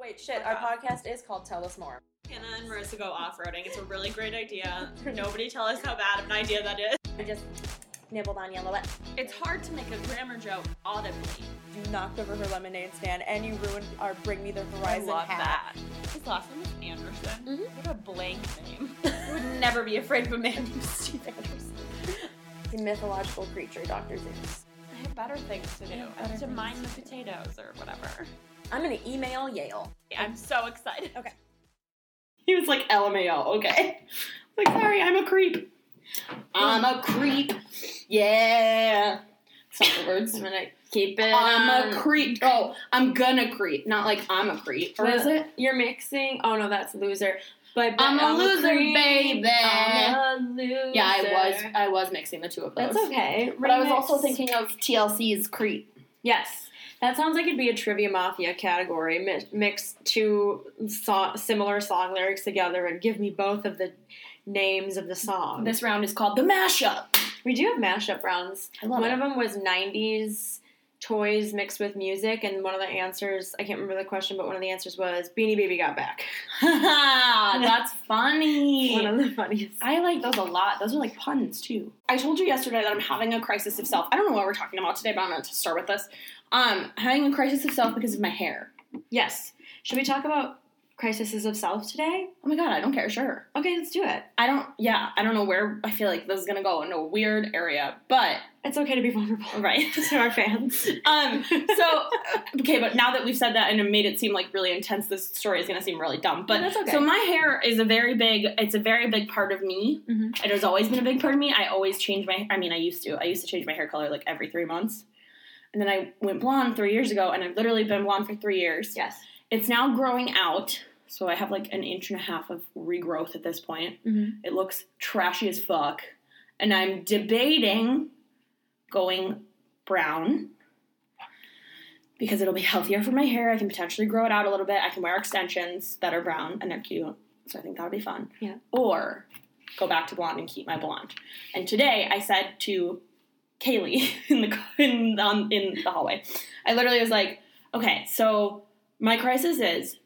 Wait, Oh, Shit, our podcast is called Tell Us More. Hannah and Marissa go off roading. It's a really great idea. Nobody tell us how bad of an idea that is. We just nibbled on you a little bit. It's hard to make a grammar joke audibly. You knocked over her lemonade stand and you ruined our Bring Me the Horizon hat. that. His last name is Anderson. Mhm. What a blank name. I would never be afraid of a man named Steve Anderson. The mythological creature, Dr. Zeus. I have better things to do. I have I have better to things mine the to do. potatoes or whatever. I'm going to email Yale. I'm so excited. Okay. He was like LMAO. Okay. Like, sorry, I'm a creep. I'm a creep. Yeah. Stop the words. I'm going to keep it. I'm a on- creep. Oh, I'm gonna creep. Not like I'm a creep. Or is it? You're mixing. Oh, no, that's loser. But I'm a loser, creep. baby. I'm a loser. Yeah, I was. I was mixing the two of those. That's okay. But I was Remix. also thinking of TLC's creep. Yes. That sounds like it'd be a trivia mafia category. Mi- mix two so- similar song lyrics together and give me both of the names of the song. This round is called the mashup. we do have mashup rounds. I love one it. of them was 90s toys mixed with music, and one of the answers, I can't remember the question, but one of the answers was Beanie Baby Got Back. Ah, That's funny. One of the funniest. I like those a lot. Those are like puns too. I told you yesterday that I'm having a crisis of self. I don't know what we're talking about today, but I'm going to start with this. Um, having a crisis of self because of my hair. Yes. Should we talk about crises of self today? Oh my god, I don't care. Sure. Okay, let's do it. I don't. Yeah, I don't know where. I feel like this is going to go in a weird area, but It's okay to be vulnerable. right. to our fans. Um. So okay, but now that we've said that and it made it seem like really intense, this story is going to seem really dumb. But That's okay. so my hair is a very big. It's a very big part of me. Mhm. It has always been a big part of me. I always change my. I mean, I used to. I used to change my hair color like every three months, and then I went blonde three years ago, and I've literally been blonde for three years. Yes. It's now growing out. So I have like an inch and a half of regrowth at this point. Mhm. It looks trashy as fuck. And I'm debating going brown because it'll be healthier for my hair. I can potentially grow it out a little bit. I can wear extensions that are brown and they're cute. So I think that would be fun. Yeah. Or go back to blonde and keep my blonde. And today I said to Kaylee in the in, um, in the hallway. I literally was like, "Okay, so my crisis is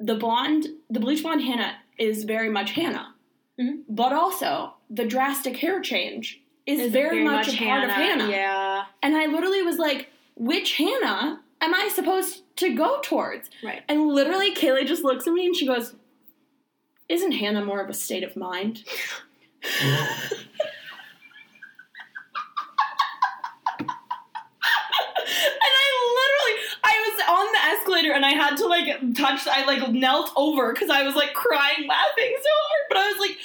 the blonde, the bleach blonde Hannah is very much Hannah, Mhm. but also the drastic hair change is, very, much, a part of Hannah." Yeah. And I literally was like, "Which Hannah am I supposed to go towards?" Right. And literally, Kaylee just looks at me and she goes, "Isn't Hannah more of a state of mind?" And I literally, I was on the escalator and I had to like touch, I like knelt over because I was like crying, laughing so hard. But I was like,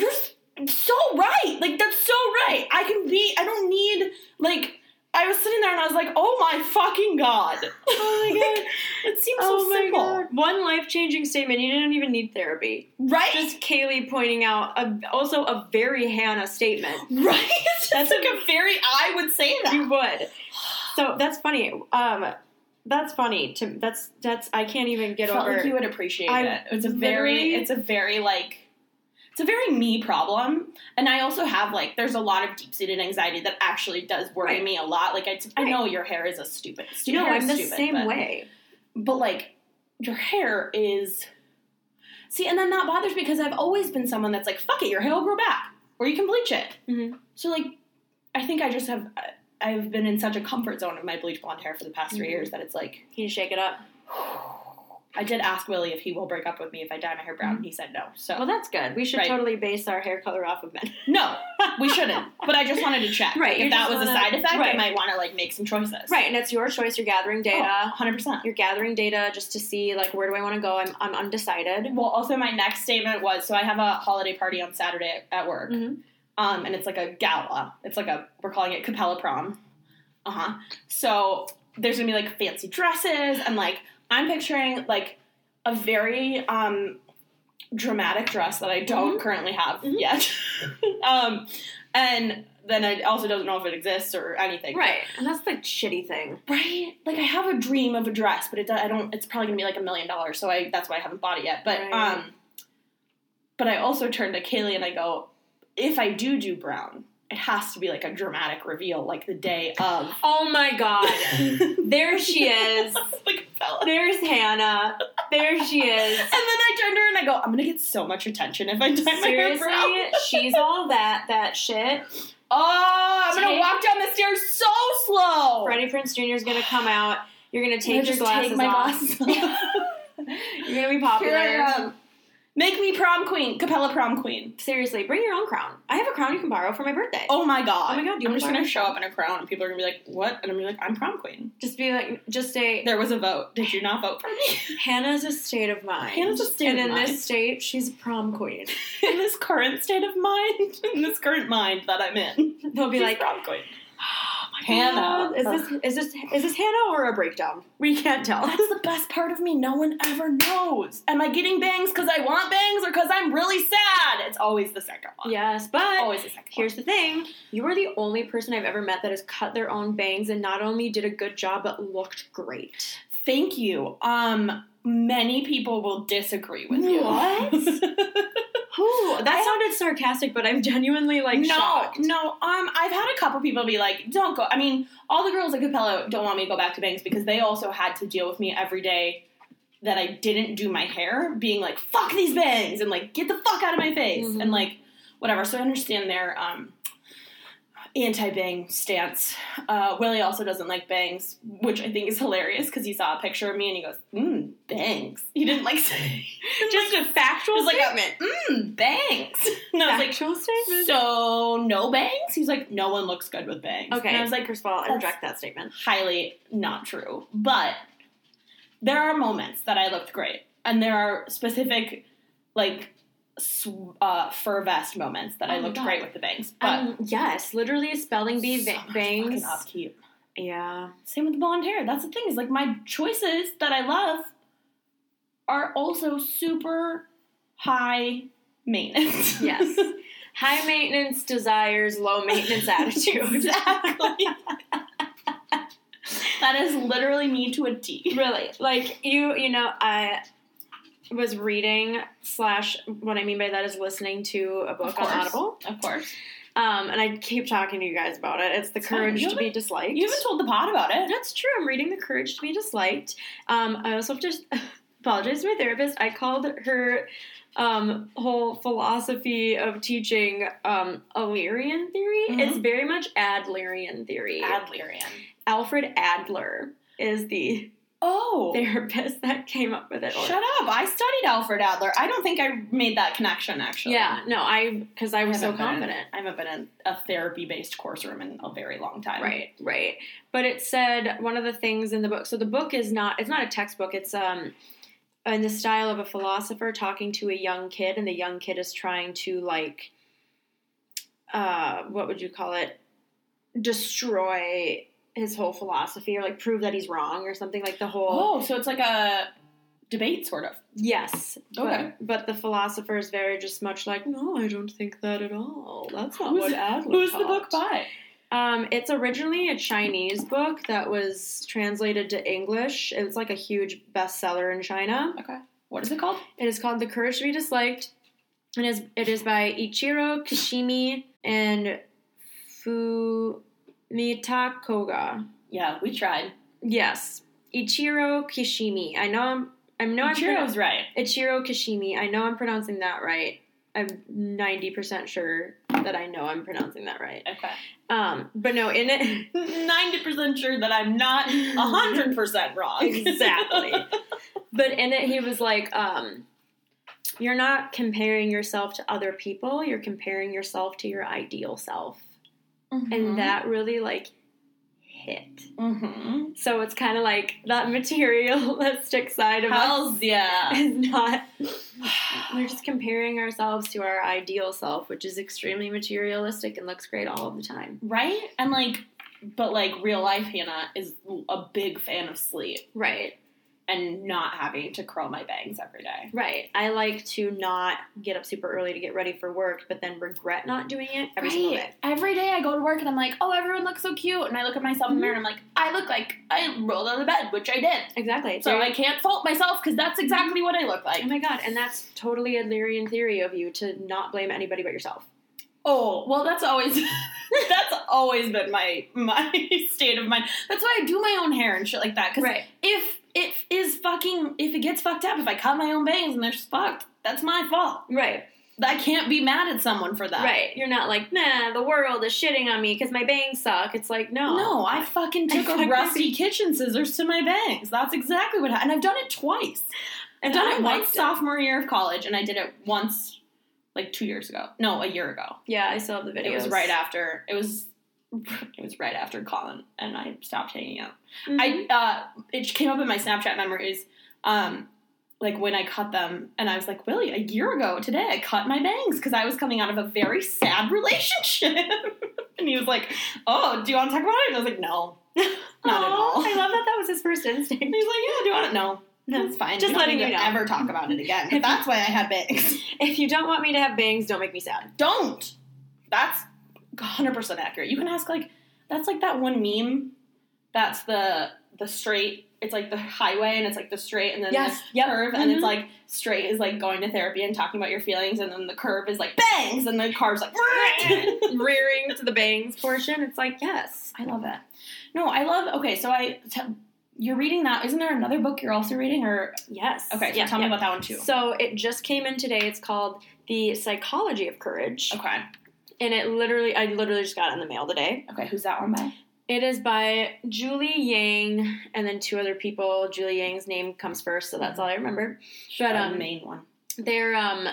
you're s- so right. Like, that's so right. I can be, I don't need, like, I was sitting there and I was like, oh my fucking god. Oh my god. It seems oh so my simple. god. One life changing statement. You didn't even need therapy. Right? Just Kaylee pointing out a, also a very Hannah statement. right? That's That's like a very, I would say that. You would. So that's funny. Um, that's funny. To that's that's I can't even get felt over. like you would appreciate I it. It's a very, literally- it's a very like, it's a very me problem. And I also have like, there's a lot of deep seated anxiety that actually does worry Right. me a lot. Like I, t- I Right. know your hair is a stupid, stupid. no, hair I'm is the stupid, same but, way. But like, your hair is. See, and then that bothers me because I've always been someone that's like, fuck it, your hair will grow back, or you can bleach it. Mhm. So like, I think I just have. I- I've been in such a comfort zone of my bleach blonde hair for the past three Mhm. years that it's like, Can you shake it up? I did ask Willie if he will break up with me if I dye my hair brown, and he said no. So Mm-hmm. Well, that's good. We should Right. totally base our hair color off of men. no, we shouldn't. But I just wanted to check. Right, like, you if that just was a wanna- side effect, right. I might want to like make some choices. Right, and it's your choice. You're gathering Oh. data. Hundred percent. You're gathering data just to see like where do I want to go. I'm I'm undecided. Well, also my next statement was so I have a holiday party on Saturday at work, Mhm. um, and it's like a gala. It's like a we're calling it Capella Prom. Uh huh. So there's gonna be like fancy dresses and like I'm picturing like a very um dramatic dress that I don't currently have Mhm. yet. um, and then I also don't know if it exists or anything. Right, and that's the shitty thing. Right? Like I have a dream of a dress, but it do- I don't. It's probably gonna be like a million dollars, so I that's why I haven't bought it yet. But Right. um, but I also turn to Kaylee and I go, if I do do brown, it has to be like a dramatic reveal, like the day of. Oh my god. like There she is. like fella. There's Hannah. There she is. And then I turned to her and I go, I'm gonna get so much attention if I dye my hair brown. Seriously, she's all that that shit. Oh, I'm gonna Take- walk down the stairs so slow. Freddie Prince Jr. is gonna come out. You're gonna I'm take your Oh. gonna just glasses take my off. glasses off. You're gonna be Here I am. popular. Make me prom queen, Capella prom queen. Seriously, bring your own crown. I have a crown you can borrow for my birthday. Oh my god. Oh my God, do you I'm wanna just borrow gonna my show up in a crown and people are gonna be like, what? And I'm gonna be like, I'm prom queen. Just be like, just say There was a vote. Did you not vote for me? Hannah's a state of mind. Hannah's a state and of in mind. this state, she's a prom queen. in this current state of mind, in this current mind that I'm in. They'll be She's like, prom queen. oh my Hannah. God, is this is this is this Hannah or a breakdown? We can't tell. That's the best part of me. No one ever knows. Am I getting bangs because I want bangs or because I'm really sad? It's always the second one. Yes, but Always the second Here's the thing you are the only person I've ever met that has cut their own bangs and not only did a good job but looked great. one. Thank you. Um, many people will disagree with you. What? Who? That sounded sarcastic, but I'm genuinely like no, shocked. no. Um, I've had a couple people be like, "Don't go." I mean, all the girls at Capella don't want me to go back to bangs because they also had to deal with me every day that I didn't do my hair, being like, "Fuck these bangs," and like, "Get the fuck out of my face," Mhm. and like, whatever. So I understand their um anti-bang stance. Uh, Willie also doesn't like bangs, which I think is hilarious because he saw a picture of me and he goes, "Mmm, bangs." He didn't like say. Just a factual was like a- statement. Mmm, bangs. And I was like, factual statement. so no bangs? He's like, no one looks good with bangs. okay. And I was like, first of all, I that's- reject that statement. highly not true. But there are moments that I looked great, and there are specific like sw- uh, fur vest moments that Oh I my looked God. great with the bangs. But um, yes, literally spelling bee so va- much bangs. fucking upkeep. Yeah. Same with the blonde hair. That's the thing is like my choices that I love are also super high maintenance. Yes. High maintenance desires, low maintenance attitude. Exactly. that is literally me to a T. really like you you know i was reading slash what i mean by that is listening to a book on course. audible Of course. um, and i keep talking to you guys about it it's the It's fine. courage You to be disliked You haven't told the pod about it. that's true i'm reading the courage to be disliked um, i also have to apologize to my therapist i called her um, whole philosophy of teaching um, Adlerian theory Mhm. it's very much Adlerian theory Adlerian. alfred adler is the Oh. therapist that came up with it or- Shut up. I studied Alfred Adler. I don't think I made that connection, actually. Yeah, no, I because I I was so haven't been in- confident. I haven't been in a therapy based course room in a very long time. Right, right. But it said one of the things in the book. So the book is not it's not a textbook. It's um in the style of a philosopher talking to a young kid, and the young kid is trying to like uh what would you call it destroy his whole philosophy or like prove that he's wrong or something like the whole Oh, so it's like a debate, sort of. yes but, Okay. but the philosopher is very just much like no i don't think that at all that's not Who's- what adler Who's the book taught." by? Um, it's originally a Chinese book that was translated to English. It's like a huge bestseller in China. Okay. What is it called? It is called The Courage to Be Disliked. It is it is by Ichiro Kishimi and Fumita Koga. Yeah, we tried. Yes, Ichiro Kishimi. I know I'm I know I'm Ichiro's pronoun- right. Ichiro Kishimi. I know I'm pronouncing that right. I'm ninety percent sure that I know I'm pronouncing that right. Okay. Um, but no, in it. 90% sure that I'm not 100% wrong. exactly but in it he was like um you're not comparing yourself to other people you're comparing yourself to your ideal self Mm-hmm. Mm-hmm. and that really like hit hmm so it's kind of like that materialistic side of us Hells yeah. is not we're just comparing ourselves to our ideal self which is extremely materialistic and looks great all of the time Right? And like, but like real life Hannah is a big fan of sleep right and not having to curl my bangs every day. Right. I like to not get up super early to get ready for work, but then regret not doing it every single day. Every day I go to work and I'm like, oh, everyone looks so cute. And I look at myself in the mirror and I'm like, I look like I rolled out of bed, which I did. Exactly. So There- I can't fault myself because that's exactly what I look like. oh my god, and that's totally Adlerian theory of you to not blame anybody but yourself. Oh, well, that's always that's always been my my state of mind. That's why I do my own hair and shit like that. Because Right. if it is fucking if it gets fucked up, if I cut my own bangs and they're fucked, that's my fault. Right, I can't be mad at someone for that. right. You're not like, nah, the world is shitting on me because my bangs suck. It's like, no. No, I fucking took I a fucking- rusty kitchen scissors to my bangs. That's exactly what happened. And I've done it twice. I've And done I it once liked it. sophomore year of college, and I did it once like two years ago. No, a year ago. Yeah, I still have the videos. It was right after. It was. It was right after Colin and I stopped hanging out. Mhm. I uh, it came up in my Snapchat memories, um, like when I cut them, and I was like, Willie, a year ago today, I cut my bangs because I was coming out of a very sad relationship. and he was like, Oh, do you want to talk about it? And I was like, No, not at Aw, all. I love that that was his first And instinct. he's like, Yeah, do you want to? No, No. it's fine. Just you don't letting need you to know. ever talk about it again. But that's why I had bangs. If you don't want me to have bangs, don't make me sad. don't. That's 100% accurate. You can ask like that's like that one meme. That's the the straight. It's like the highway and it's like the straight and then Yes. the curve and Mhm. it's like straight is like going to therapy and talking about your feelings and then the curve is like bangs and the car's like Rearing to the bangs portion, it's like, yes. I love that. No, I love Okay, so I t- you're reading that. Isn't there another book you're also reading or Yes. Okay, so yeah, tell yeah. me about that one too. So it just came in today. It's called The Psychology of Courage. Okay. And it literally, I literally just got it in the mail today. Okay, who's that one by? It is by Julie Yang and then two other people. Julie Yang's name comes first, so that's all I remember. But, Uh, um, main one. They're, um,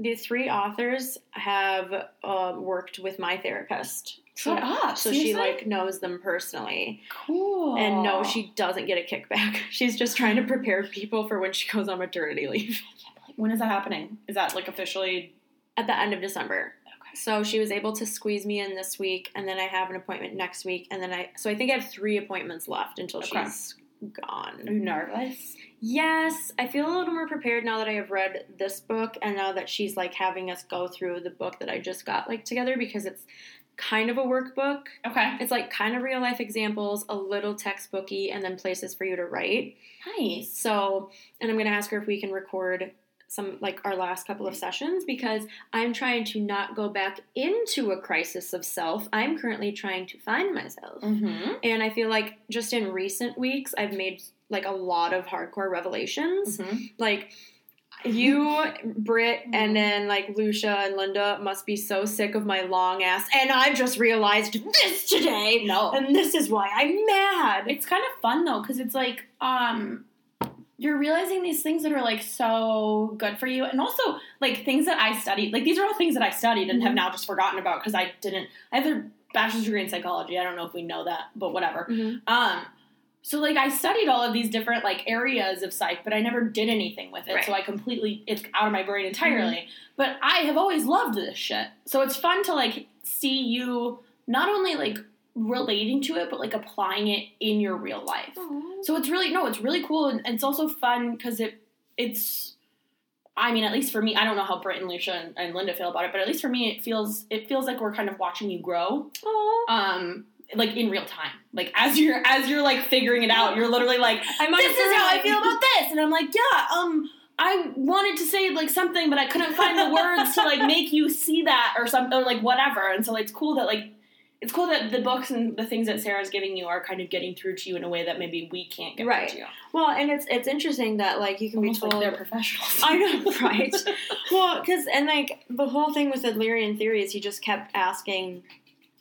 the three authors have uh, worked with my therapist. Shut up. So she oh, seriously? like knows them personally. cool. And no, she doesn't get a kickback. She's just trying to prepare people for when she goes on maternity leave When is that happening? Is that like officially? at the end of December. Okay. So she was able to squeeze me in this week, and then I have an appointment next week, and then I. So I think I have three appointments left until Okay. she's Are gone. you nervous? Yes, I feel a little more prepared now that I have read this book, and now that she's like having us go through the book that I just got like together because it's kind of a workbook. Okay. It's like kind of real life examples, a little textbooky, and then places for you to write. Nice. So, and I'm going to ask her if we can record some like our last couple of sessions because I'm trying to not go back into a crisis of self. I'm currently trying to find myself. Mm-hmm. And I feel like just in recent weeks, I've made like a lot of hardcore revelations. Mm-hmm. Like, you, Britt, and then like Lucia and Linda must be so sick of my long ass. And I've just realized this today. No. And this is why I'm mad. it's kind of fun though, because it's like um, you're realizing these things that are like so good for you, and also like things that I studied. Like these are all things that I studied and have now just forgotten about because I didn't. I have a bachelor's degree in psychology. I don't know if we know that, but whatever. Mhm. Um, so like I studied all of these different like areas of psych, but I never did anything with it. Right. So I completely it's out of my brain entirely. But I have always loved this shit. So it's fun to like see you not only like relating to it, but like applying it in your real life. Mm-hmm. So it's really no, it's really cool, and it's also fun because it it's. I mean, at least for me, I don't know how Britt and Lucia and, and Linda feel about it, but at least for me, it feels it feels like we're kind of watching you grow Aw. um like in real time like as you're as you're like figuring it out you're literally like I'm on this is how i drugs. feel about this and i'm like yeah um i wanted to say like something but i couldn't find the words to like make you see that or something or like whatever and so it's cool that like it's cool that the books and the things that sarah's giving you are kind of getting through to you in a way that maybe we can't get Right. through to you Well, and it's it's interesting that like you can Almost be like told. they're professionals I know, right? well, because and like the whole thing with Adlerian theory is he just kept asking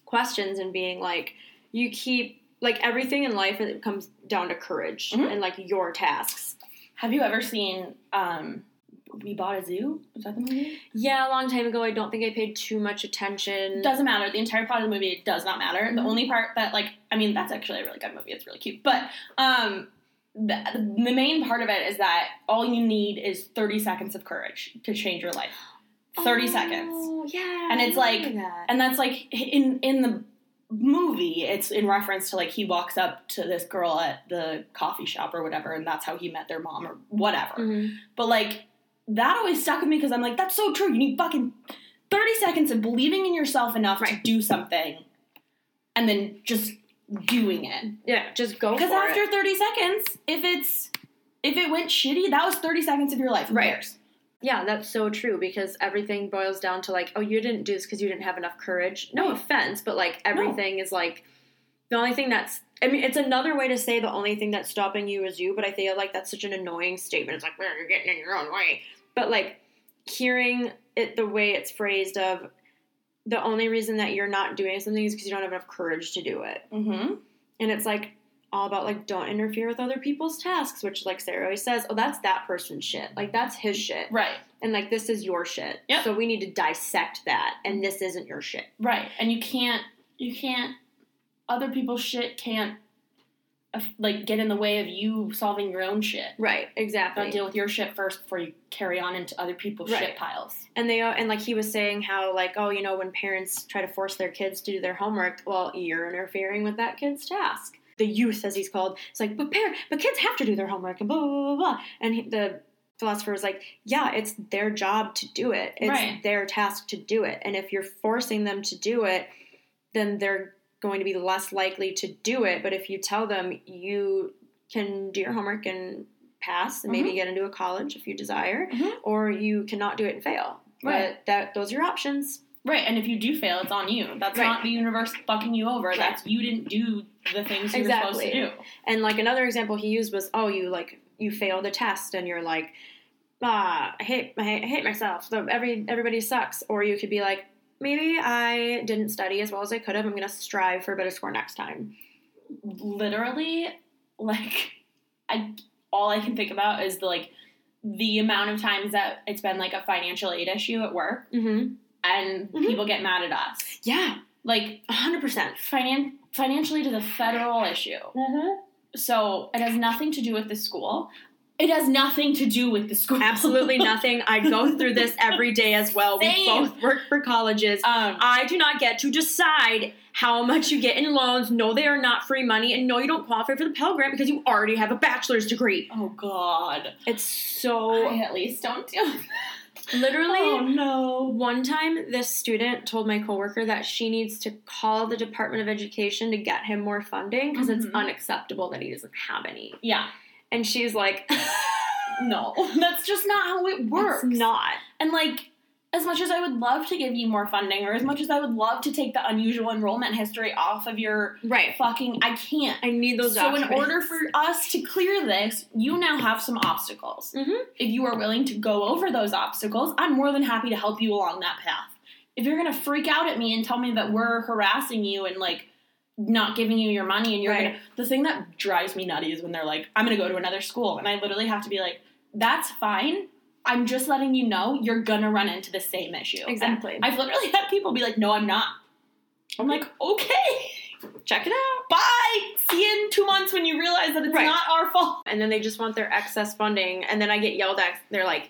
questions and being like, you keep like everything in life it comes down to courage Mhm. and like your tasks. have you ever seen um we bought a zoo is that the movie Yeah, a long time ago, I don't think I paid too much attention. doesn't matter. The entire plot of the movie does not matter. The Mhm. only part that, like, I mean, that's actually a really good movie. It's really cute. But um, the, the main part of it is that all you need is 30 seconds of courage to change your life. 30 Oh, seconds. Yeah, And I it's like- remember that. And that's like in in the movie, it's in reference to like he walks up to this girl at the coffee shop or whatever, and that's how he met their mom or whatever. Mhm. But like that always stuck with me because I'm like, that's so true. You need fucking 30 seconds of believing in yourself enough to Right. do something and then just doing it. yeah, just go Because for after it. 30 seconds, if it's if it went shitty, that was 30 seconds of your life. Who Right. cares? Yeah, that's so true because everything boils down to like, oh, you didn't do this because you didn't have enough courage. No offense, but like everything is like The only thing that's I mean, it's another way to say the only thing that's stopping you is you, but I feel like that's such an annoying statement. It's like, well, you're getting in your own way. But like hearing it the way it's phrased of the only reason that you're not doing something is because you don't have enough courage to do it. Mm-hmm. And it's like all about like don't interfere with other people's tasks, which like Sarah always says, oh that's that person's shit. Like that's his shit. Right. And like this is your shit. Yep. So we need to dissect that and this isn't your shit. Right. And you can't. You can't. Other people's shit can't. aff- Like get in the way of you solving your own shit. Right, exactly. Don't deal with your shit first before you carry on into other people's Right. shit piles. and they and like he was saying how like oh you know when parents try to force their kids to do their homework well you're interfering with that kid's task the youth as he's called it's like but parent but kids have to do their homework and blah blah blah, blah. and he, the philosopher was like yeah it's their job to do it it's Right. their task to do it and if you're forcing them to do it then they're going to be less likely to do it but if you tell them you can do your homework and pass and Mm-hmm. maybe get into a college if you desire Mhm. or you cannot do it and fail Right. but that those are your options Right. And if you do fail, it's on you. That's Right. not the universe fucking you over. Right. That's you didn't do the things you were Exactly. supposed to do. and like another example he used was oh you like you failed a test and you're like ah i hate i hate I hate myself so every everybody sucks or you could be like maybe i didn't study as well as i could have i'm going to strive for a better score next time literally like I all I can think about is the like the amount of times that it's been like a financial aid issue at work mm-hmm. and Mhm. people get mad at us. yeah Like 100% finan- financial aid is a federal issue. Mm-hmm. So it has nothing to do with the school. It has nothing to do with the school. absolutely nothing i go through this every day as well we Same. both work for colleges um I do not get to decide how much you get in loans. No, they are not free money, and no, you don't qualify for the Pell Grant because you already have a bachelor's degree. Oh God! It's so I at least don't do. it. literally. Oh no! One time, this student told my coworker that she needs to call the Department of Education to get him more funding because it's Mhm. unacceptable that he doesn't have any. Yeah, And she's like, no. That's just not how it works. "It's not." And like, as much as I would love to give you more funding, or as much as I would love to take the unusual enrollment history off of your Right. fucking, I can't. I need those. so, in documents. order for us to clear this, you now have some obstacles. Mhm. If you are willing to go over those obstacles, I'm more than happy to help you along that path. If you're gonna freak out at me and tell me that we're harassing you and like not giving you your money and you're Right. gonna, the thing that drives me nutty is when they're like, I'm gonna go to another school, and I literally have to be like, that's fine. I'm just letting you know you're gonna run into the same issue. And exactly, I've literally had people be like, no, I'm not. I'm like, okay check it out. bye. See you in two months when you realize that it's Right. not our fault. and then they just want their excess funding and then i get yelled at they're like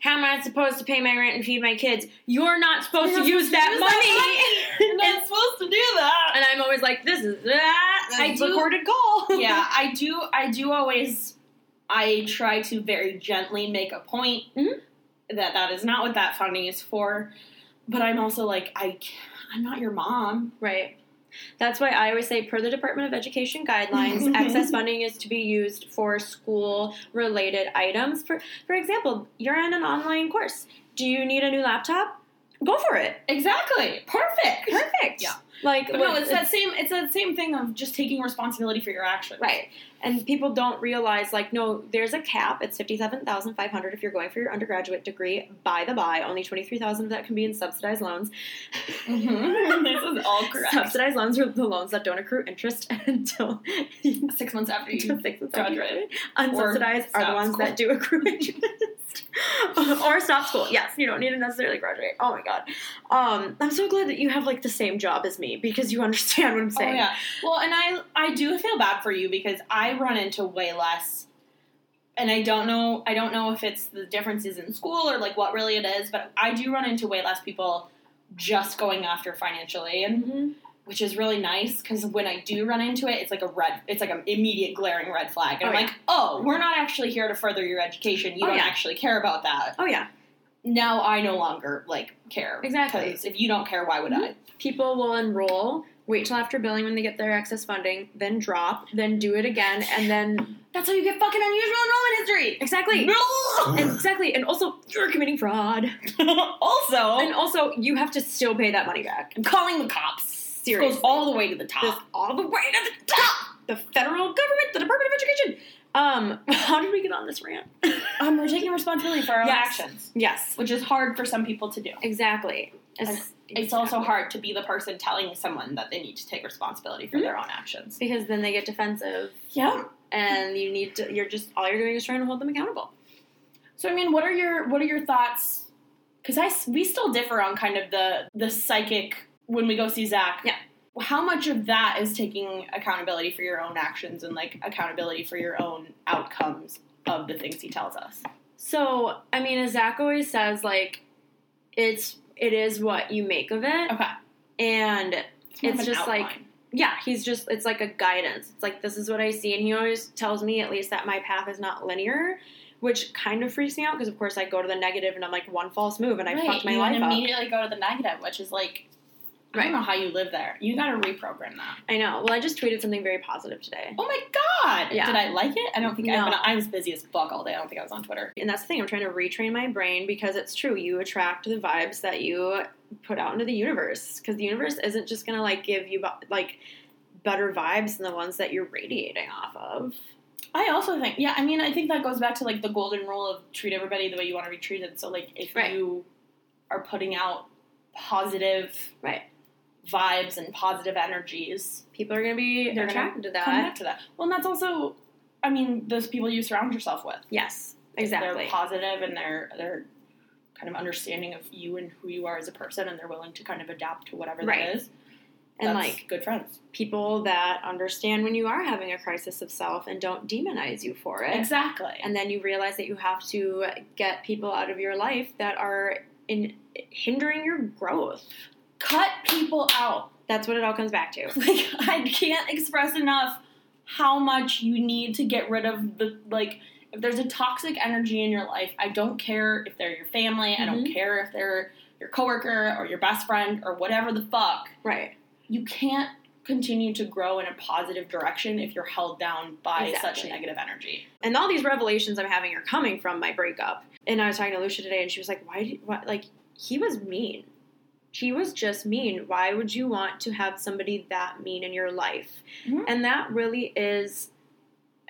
how am i supposed to pay my rent and feed my kids you're not supposed You're to not use supposed that to use that money You're not supposed to do that. and i'm always like this is uh, that I do- recorded call yeah, I do. I do always. I try to very gently make a point Mhm. that that is not what that funding is for. But I'm also like, I, c- I'm not your mom. right that's why i always say per the department of education guidelines excess funding is to be used for school related items for for example you're in an online course do you need a new laptop go for it Exactly. Perfect. perfect Yeah. like But no, what- it's that same. It's that same thing of just taking responsibility for your actions. Right. And people don't realize, like, no, there's a cap. It's fifty-seven thousand five hundred if you're going for your undergraduate degree. By the by, only twenty-three thousand of that can be in subsidized loans. Mhm. this is all correct. Subsidized loans are the loans that don't accrue interest until you Six months after you until six and seven years graduate. old. Unsubsidized are the stop ones school. that do accrue interest. or stop school. Yes, you don't need to necessarily graduate. Oh my god. Um, I'm so glad that you have like the same job as me because you understand what I'm saying. Oh yeah. Well, and I I do feel bad for you because I run into way less, and I don't know I don't know if it's the differences in school or like what really it is, but I do run into way less people just going after financial aid, Mhm. which is really nice because when I do run into it, it's like a red, it's like an immediate glaring red flag, and Oh, I'm yeah. like, oh, we're not actually here to further your education. You Oh, don't yeah. actually care about that. Oh yeah. Now I no longer like care Exactly. 'cause if you don't care, why would I? people will enroll, wait till after billing when they get their excess funding, then drop, then do it again, and then That's how you get fucking unusual enrollment history. exactly. Exactly, and also you're committing fraud, also, Oh. and also you have to still pay that money back. I'm calling the cops. Seriously. goes all the way to the top. this all the way to the top. The federal government, the Department of Education. Um, how did we get on this rant? um, we're taking responsibility for our own Yes. actions, yes, which is hard for some people to do. exactly. It's- It's also hard to be the person telling someone that they need to take responsibility for their own actions. because then they get defensive, Mm-hmm. Yeah. and you need to. You're just all you're doing is trying to hold them accountable. So I mean, what are your what are your thoughts? Because I s- we still differ on kind of the the psychic when we go see Zach. Yeah. How much of that is taking accountability for your own actions and like accountability for your own outcomes of the things he tells us? So I mean, as Zach always says, like it's it is what you make of it, Okay. and more of It's an just like- outline. yeah, he's just it's like a guidance. It's like this is what I see, and he always tells me at least that my path is not linear, which kind of freaks me out because of course I go to the negative and I'm like one false move and I Right, fucked my you life up. immediately go to the negative, which is like I Right. don't know how you live there. You got to reprogram that. I know. Well, I just tweeted something very positive today, Oh my god! Yeah. Did I like it? I don't think I've No. been, I was busy as fuck all day. I don't think I was on Twitter. and that's the thing. I'm trying to retrain my brain because it's true. You attract the vibes that you put out into the universe because the universe isn't just gonna like give you bu- like better vibes than the ones that you're radiating off of. I also think, yeah, I mean, I think that goes back to like the golden rule of treat everybody the way you want to be treated. So, like, if Right. you are putting out positive Right. vibes and positive energies, People are gonna be They're gonna attracted to come that. back to that. Well, and that's also, I mean, those people you surround yourself with. Yes, If exactly. They're positive and they're, they're kind of understanding of you and who you are as a person and they're willing to kind of adapt to whatever Right. that is. and That's like good friends. people that understand when you are having a crisis of self and don't demonize you for it. Exactly. And then you realize that you have to get people out of your life that are in hindering your growth. cut people out. That's what it all comes back to. like I can't express enough how much you need to get rid of the like if there's a toxic energy in your life, I don't care if they're your family, I Mm-hmm. don't care if they're your coworker or your best friend or whatever the fuck. Right. You can't continue to grow in a positive direction if you're held down by Exactly. such negative energy. And all these revelations I'm having are coming from my breakup. And I was talking to Lucia today and she was like, "Why did what like he was mean. He was just mean. Why would you want to have somebody that mean in your life?" Mhm. And that really is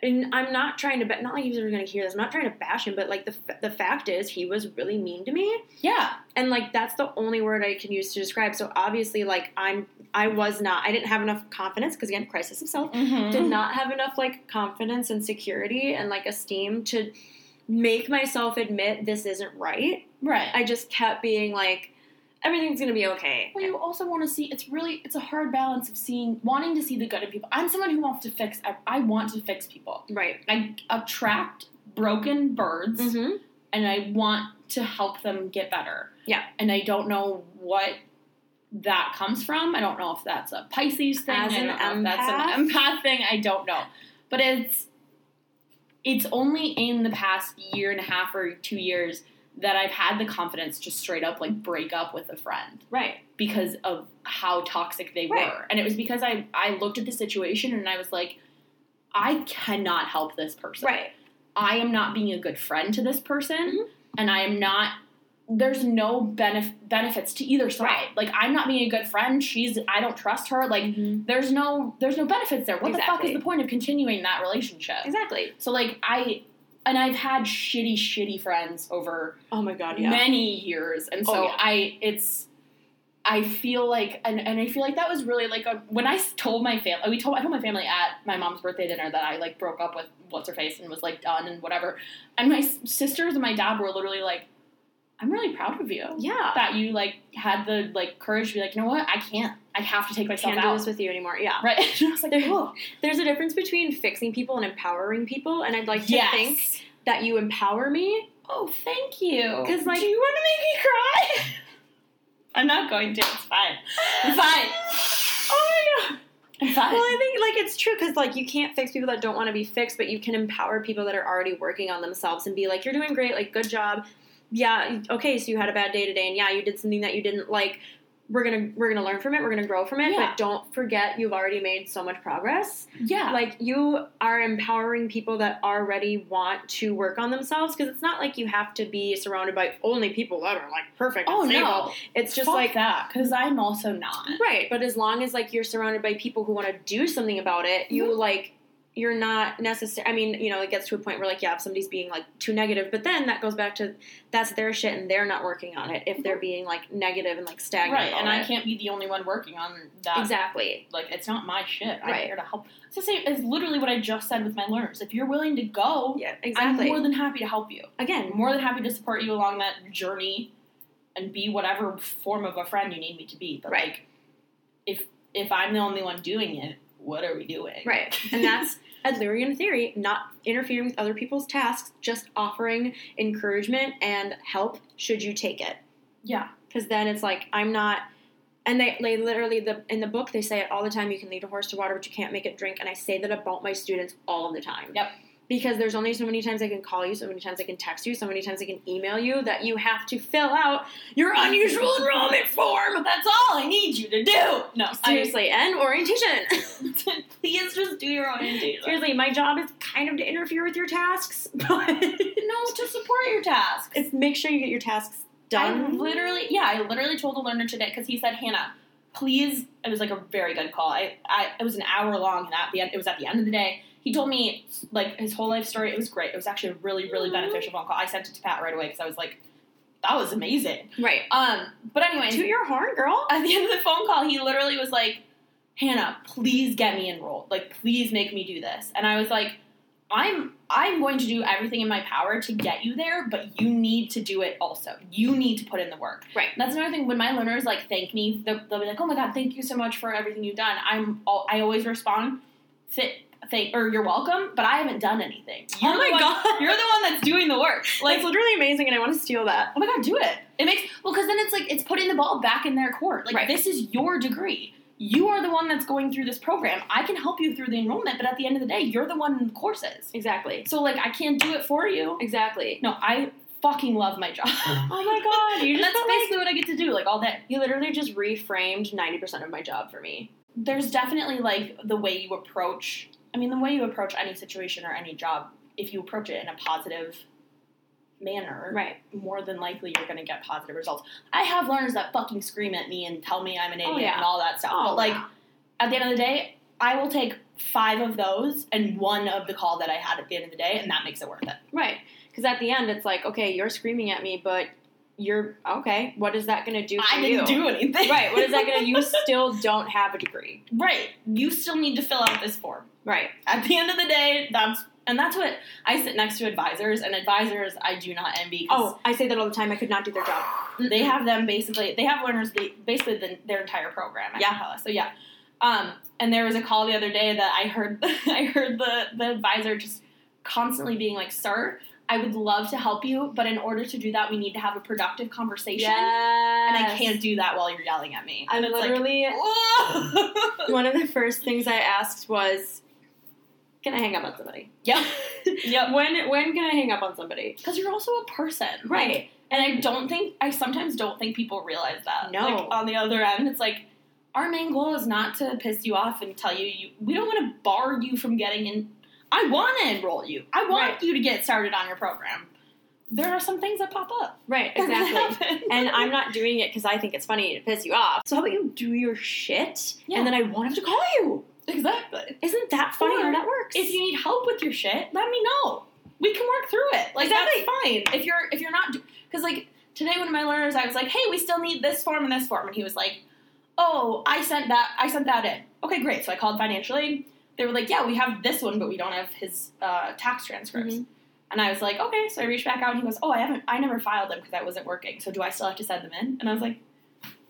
and I'm not trying to, but not like he's ever going to hear this. I'm not trying to bash him, but like the f- the fact is, he was really mean to me, Yeah. and like that's the only word I can use to describe. So obviously, like I'm, I was not, I didn't have enough confidence because again, crisis of self Mm-hmm. did Mm-hmm. not have enough like confidence and security and like esteem to make myself admit this isn't right. Right. I just kept being like, everything's gonna be okay. Well, you also want to see. It's really it's a hard balance of seeing, wanting to see the good in people. I'm someone who wants to fix. I, I want to fix people. Right. I attract broken birds Mm-hmm. and I want to help them get better. Yeah. And I don't know what that comes from. I don't know if that's a Pisces thing. As I an don't know if that's an empath thing. I don't know. But it's it's only in the past year and a half or two years that I've had the confidence to straight up like break up with a friend Right. because of how toxic they Right. were. And it was because I, I looked at the situation and I was like, I cannot help this person. Right. Mm-hmm. I am not being a good friend to this person and I am not there's no benef- benefits to either side. Right. Like I'm not being a good friend, she's I don't trust her. Like there's no there's no benefits there. What the fuck Exactly. is the point of continuing that relationship? Exactly. So like I and I've had shitty shitty friends over Oh my god. Yeah. many years and so Oh, yeah. i it's i feel like and, and i feel like that was really like a, when i s- told my family we told i told my family at my mom's birthday dinner that i like broke up with what's her face and was like done and whatever and my s- sisters and my dad were literally like i'm really proud of you yeah. that you like had the like courage to be like you know what i can't i have to take myself Can't do out this with you anymore. Yeah. right and i was like There- oh There's a difference between fixing people and empowering people, and I'd like to yes. think that you empower me. oh thank you 'Cause, like- do you want to make me cry i'm not going to it's fine it's fine Oh my god. I'm Well, I think like it's true because like you can't fix people that don't want to be fixed, but you can empower people that are already working on themselves and be like, "You're doing great, like good job." Yeah, okay, so you had a bad day today, and yeah, you did something that you didn't like. we're gonna we're gonna learn from it. We're gonna grow from it. Yeah. But don't forget, you've already made so much progress Yeah. like you are empowering people that already want to work on themselves because it's not like you have to be surrounded by only people that are like perfect. and oh stable. no, it's just Fuck like that because I'm also not. right. But as long as like you're surrounded by people who want to do something about it, you Mm-hmm. like you're not necessary. I mean, you know, it gets to a point where like yeah, if somebody's being like too negative, but then that goes back to that's their shit and they're not working on it if they're being like negative and like stagnant. Mm-hmm. Right, about and I it. can't be the only one working on that. exactly. Like, it's not my shit. I'm Right. here to help. It's the same. It's literally what I just said with my learners. If you're willing to go, Yeah, exactly. I'm more than happy to help you. Again, more than happy to support you along that journey and be whatever form of a friend you need me to be. But Right. like if if I'm the only one doing it, what are we doing? Right. And that's Adlerian theory, not interfering with other people's tasks, just offering encouragement and help should you take it. yeah. Because then it's like, I'm not. And they, they literally the in the book they say it all the time. You can lead a horse to water, but you can't make it drink. And I say that about my students all the time. Yep. Because there's only so many times I can call you, so many times I can text you, so many times I can email you that you have to fill out your unusual enrollment form. That's all I need you to do. No, Seriously, and orientation. I, please just do your orientation. Seriously, my job is kind of to interfere with your tasks, but no, to support your tasks. it's make sure you get your tasks done. I literally, yeah, I literally told the learner today because he said, Hannah, please. It was like a very good call. I, I, it was an hour long, and at the end, it was at the end of the day. He told me like his whole life story. It was great. It was actually a really, really Aw. beneficial phone call. I sent it to Pat right away because I was like, that was amazing. right. Um, but anyway, To your horn, girl. at the end of the phone call, he literally was like, Hannah, please get me enrolled. Like, please make me do this. And I was like, I'm I'm going to do everything in my power to get you there, but you need to do it also. You need to put in the work. Right. That's another thing. When my learners like thank me, they'll, they'll be like, "Oh my god, thank you so much for everything you've done." I'm all, I always respond, "Fit, thank or you're welcome," but I haven't done anything. You're oh the my one- god, you're the one that's doing the work. Like, like literally amazing, and I want to steal that. oh my god, do it. It makes well because then it's like it's putting the ball back in their court. Like Right. this is your degree. You are the one that's going through this program. I can help you through the enrollment, but at the end of the day, you're the one in the courses. Exactly. So like I can't do it for you. Exactly. No, I fucking love my job. Oh my god, you And just that's put, like, basically what I get to do like all day. you literally just reframed ninety percent of my job for me. there's definitely like the way you approach i mean the way you approach any situation or any job if you approach it in a positive manner Right. more than likely you're going to get positive results i have learners that fucking scream at me and tell me i'm an Oh, idiot yeah. and all that stuff Oh, but like yeah. at the end of the day i will take five of those and one of the call that i had at the end of the day and that makes it worth it Right. Because at the end, it's like, okay, you're screaming at me, but you're okay. What is that going to do? For i didn't you? do anything Right. What is that going to? You still don't have a degree. right you still need to fill out this form Right. at the end of the day, that's and that's what I sit next to advisors and advisors I do not envy. 'cause Oh, I say that all the time. I could not do their job. they Mm-hmm. have them basically. They have learners the, basically the, their entire program. At Yeah. Capella. So yeah. Um, and there was a call the other day that I heard. I heard the the advisor just constantly being like, "Sir, I would love to help you, but in order to do that, we need to have a productive conversation, Yes. and I can't do that while you're yelling at me." I And it's like, literally "Whoa." one of the first things I asked was, "Can I hang up on somebody? Uh, yep, yep. When when can I hang up on somebody?" Because you're also a person, Like, Right. And I don't think I sometimes don't think people realize that. No. Like on the other end, it's like our main goal is not to piss you off and tell you you we don't want to bar you from getting in I want to enroll you. I want Right. you to get started on your program. There are some things that pop up. Right. They're gonna Exactly. happen. And I'm not doing it because I think it's funny to piss you off. So how about you do your shit, Yeah. and then I won't have to call you. exactly. Isn't that funny Or how that works? If you need help with your shit, let me know. We can work through it. Like that's fine. If you're if you're not because like today one of my learners, I was like, hey, we still need this form and this form, and he was like, oh, I sent that I sent that in. Okay, great. So I called financial aid. They were like, yeah, we have this one, but we don't have his uh, tax transcripts. Mhm. And I was like, okay. So I reached back out, and he goes, oh, I haven't, I never filed them because I wasn't working. So do I still have to send them in? And I was like.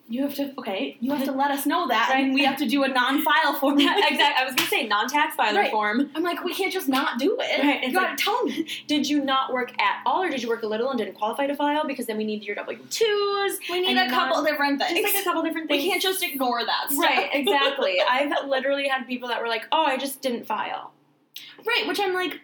You have to okay. You have to let us know that, and Right. we have to do a non-file form. exactly. I was gonna say non-tax filer Right. form. I'm like, we can't just not do it. Right, it's You gotta like- tell me. Did you not work at all, or did you work a little and didn't qualify to file? Because then we need your W twos. We need And a couple non- different Just things. like a couple different things. we can't just ignore that stuff. Right, exactly. I've literally had people that were like, "Oh, I just didn't file." Right, which I'm like,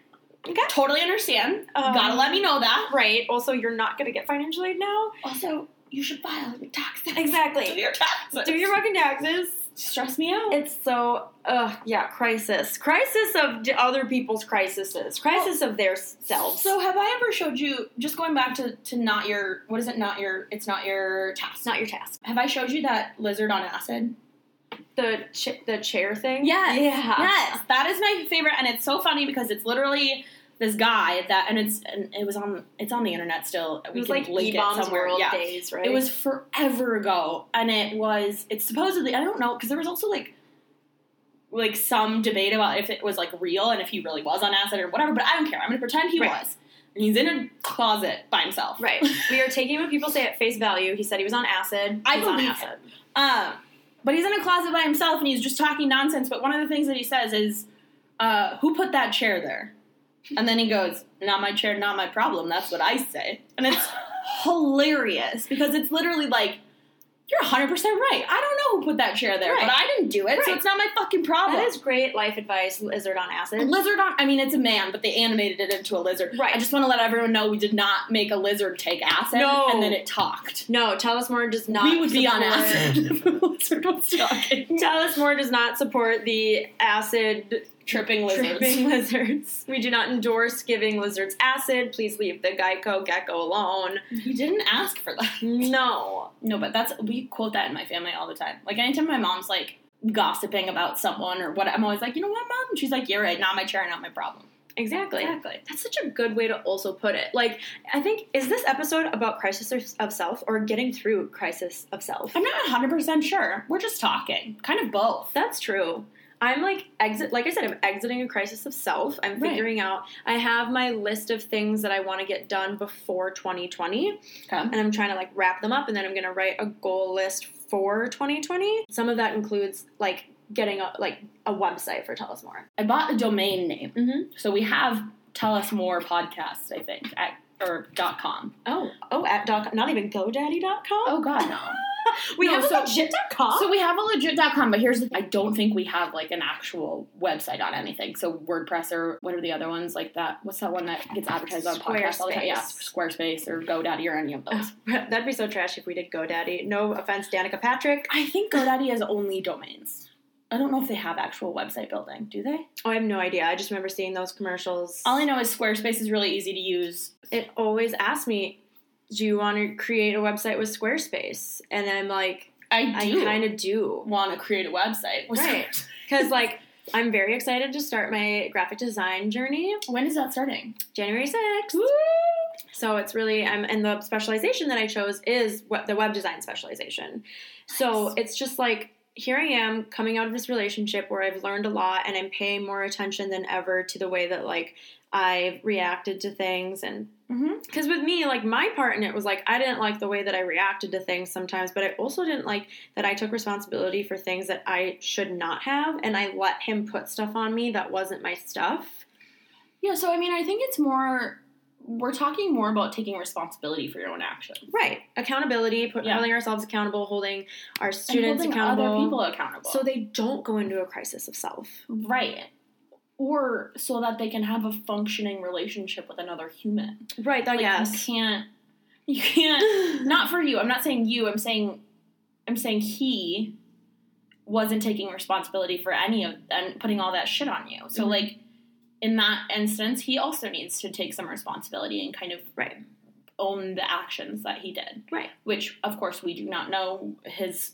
Okay. totally understand. Um, Gotta let me know that. Right. Also, you're not going to get financial aid now. Also, you should file your taxes. Exactly. Do your taxes. Do your fucking taxes. stress me out. It's so, ugh, yeah, crisis. Crisis of d- other people's crises. Crisis of their s- selves. So have I ever showed you just going back to, to not your what is it not your it's not your task. it's not your task. have I showed you that lizard on acid? The ch- the chair thing? Yes. Yeah. Yes, that is my favorite, and it's so funny because it's literally this guy that, and it's and it was on it's on the internet still. It We was can like link it E-Bombs somewhere. World yeah, Days, right? it was forever ago, and it was it's supposedly I don't know because there was also like like some debate about if it was like real and if he really was on acid or whatever. But I don't care. I'm gonna pretend he Right. was, and he's in a closet by himself. Right. We are taking what people say at face value. He said he was on acid. I He's on believe acid. Um, but he's in a closet by himself and he's just talking nonsense. But one of the things that he says is, uh, "Who put that chair there?" And then he goes, "Not my chair, not my problem." That's what I say, and it's hilarious because it's literally like. You're 100% right. I don't know who put that chair there, Right. but I didn't do it, so Right. it's not my fucking problem. That is great life advice, lizard on acid. lizard on. I mean, it's a man, but they animated it into a lizard. Right. I just want to let everyone know we did not make a lizard take acid, No. and then it talked. No, tell us more does not we would be on support- acid if a lizard was talking. Tell us more does not support the acid Tripping lizards. tripping lizards. We do not endorse giving lizards acid. Please leave the Geico gecko alone. You didn't ask for that. No. No, but that's we quote that in my family all the time. Like anytime my mom's like gossiping about someone or what, I'm always like, you know what, mom? And she's like, you're right. Not my chair, not my problem. Exactly. Exactly. That's such a good way to also put it. Like, I think, is this episode about crisis of- of self or getting through crisis of self? I'm not 100 percent sure. We're just talking, kind of both. That's true. I'm like exit like I said I'm exiting a crisis of self. I'm Right. figuring out I have my list of things that I want to get done before 2020 Okay. and I'm trying to like wrap them up and then I'm going to write a goal list for 2020. Some of that includes like getting a like a website for Tell Us More. I bought a domain name, Mhm. so we have tell us more podcasts. I think at or dot com. Oh, oh at doc not even godaddy.com. Oh God, no. we no, have so- a legit.com. So we have a legit.com, but here's the I don't think we have like an actual website on anything. So WordPress or what are the other ones like that? What's that one that gets advertised on podcasts all the time? Yeah, Squarespace or GoDaddy or any of those. That'd be so trash if we did GoDaddy. No offense Danica Patrick. I think GoDaddy has only domains. I don't know if they have actual website building. Do they? Oh, I have no idea. I just remember seeing those commercials. All I know is Squarespace is really easy to use. it always asks me, "Do you want to create a website with Squarespace?" And I'm like, I I do kind of do, want to create a website. with Right. Squarespace. because like I'm very excited to start my graphic design journey, When is that starting? January sixth. So it's really I'm and the specialization that I chose is what the web design specialization. So Nice. it's just like here I am coming out of this relationship where I've learned a lot and I'm paying more attention than ever to the way that like I've reacted to things and Mm-hmm. because with me like my part in it was like i didn't like the way that i reacted to things sometimes but i also didn't like that i took responsibility for things that i should not have and i let him put stuff on me that wasn't my stuff Yeah, so I mean, I think it's more. We're talking more about taking responsibility for your own actions. right accountability put, Yeah. holding ourselves accountable holding our students and holding accountable other people accountable. so they don't go into a crisis of self right, or so that they can have a functioning relationship with another human. right i Like guess you can't, you can't. Not for you. I'm not saying you. I'm saying, I'm saying he wasn't taking responsibility for any of and putting all that shit on you. So Mhm. like, in that instance, he also needs to take some responsibility and kind of Right. own the actions that he did. Right. Which, of course, we do not know his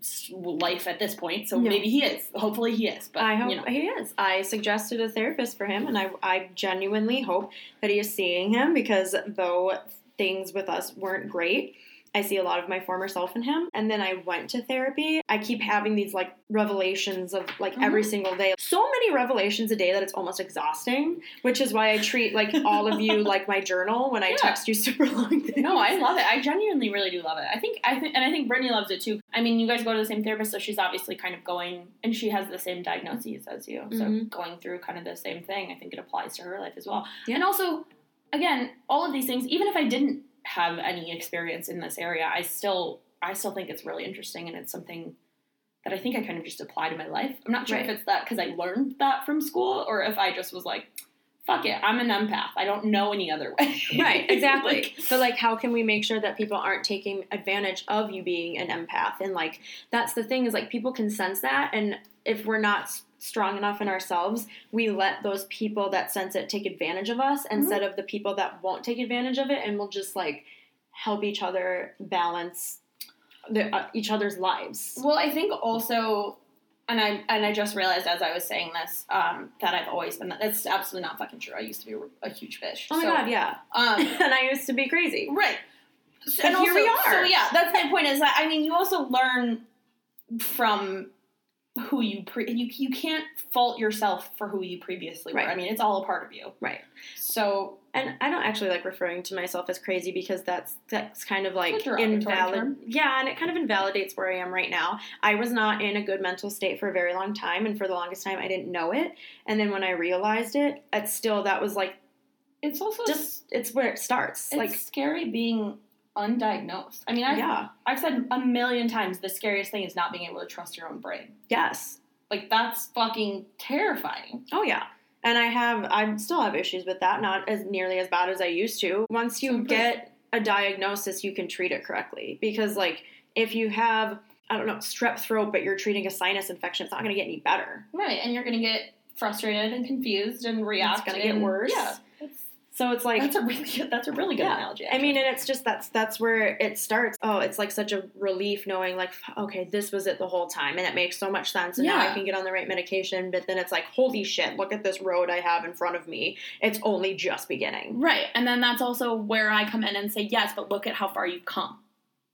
s- life at this point. So No. maybe he is. Hopefully, he is. But I hope you know, he is. I suggested a therapist for him, and I, I genuinely hope that he is seeing him because though things with us weren't great, I see a lot of my former self in him. And then I went to therapy. I keep having these like revelations of like every Mm-hmm. single day. So many revelations a day that it's almost exhausting, which is why I treat like all of you like my journal when I Yeah. text you super long things. no, I love it. I genuinely really do love it. I think I think, and I think Brittany loves it too. I mean, you guys go to the same therapist, so she's obviously kind of going, and she has the same diagnoses as you. So Mhm. going through kind of the same thing. I think it applies to her life as well. Yeah. And also, again, all of these things. Even if I didn't have any experience in this area, I still I still think it's really interesting, and it's something. That I think I kind of just apply to my life. I'm not sure Right. if it's that because I learned that from school or if I just was like, fuck it, I'm an empath. I don't know any other way. Right, exactly. Like, so like how can we make sure that people aren't taking advantage of you being an empath? And like that's the thing is like people can sense that and if we're not s- strong enough in ourselves, we let those people that sense it take advantage of us Mm-hmm. instead of the people that won't take advantage of it and we'll just like help each other balance the, uh, each other's lives. Well, I think also, and I and I just realized as I was saying this um, that I've always been that. That's absolutely not fucking true. I used to be a huge fish. Oh my so, god, yeah. Um, and I used to be crazy. right. So- But here we also- So are. yeah, that's my point. Is that I mean, you also learn from who you pre you you can't fault yourself for who you previously Right. were. I mean, it's all a part of you. Right. So and I don't actually like referring to myself as crazy because that's that's kind of like It's a derogatory invalid. term. Yeah, and it kind of invalidates where I am right now. I was not in a good mental state for a very long time, and for the longest time, I didn't know it. And then when I realized it, it's still that was like it's also just it's where it starts. it's like scary being undiagnosed. I mean, I've, yeah, I've said a million times the scariest thing is not being able to trust your own brain. yes, Like that's fucking terrifying. oh yeah. And I have I still have issues with that. Not as nearly as bad as I used to. Once you Some get a diagnosis, you can treat it correctly. Because, like, if you have, I don't know, strep throat, but you're treating a sinus infection, it's not going to get any better. Right, and you're gonna get frustrated and confused and react. it's going to get and- worse. Yeah, So it's like, that's a really good, that's a really good Yeah. analogy. I mean, and it's just that's that's where it starts. Oh, it's like such a relief knowing, like, f- okay, this was it the whole time, and it makes so much sense. And now Yeah. I can get on the right medication. But then it's like, holy shit, look at this road I have in front of me. It's only just beginning. Right, and then that's also where I come in and say, yes, but look at how far you've come.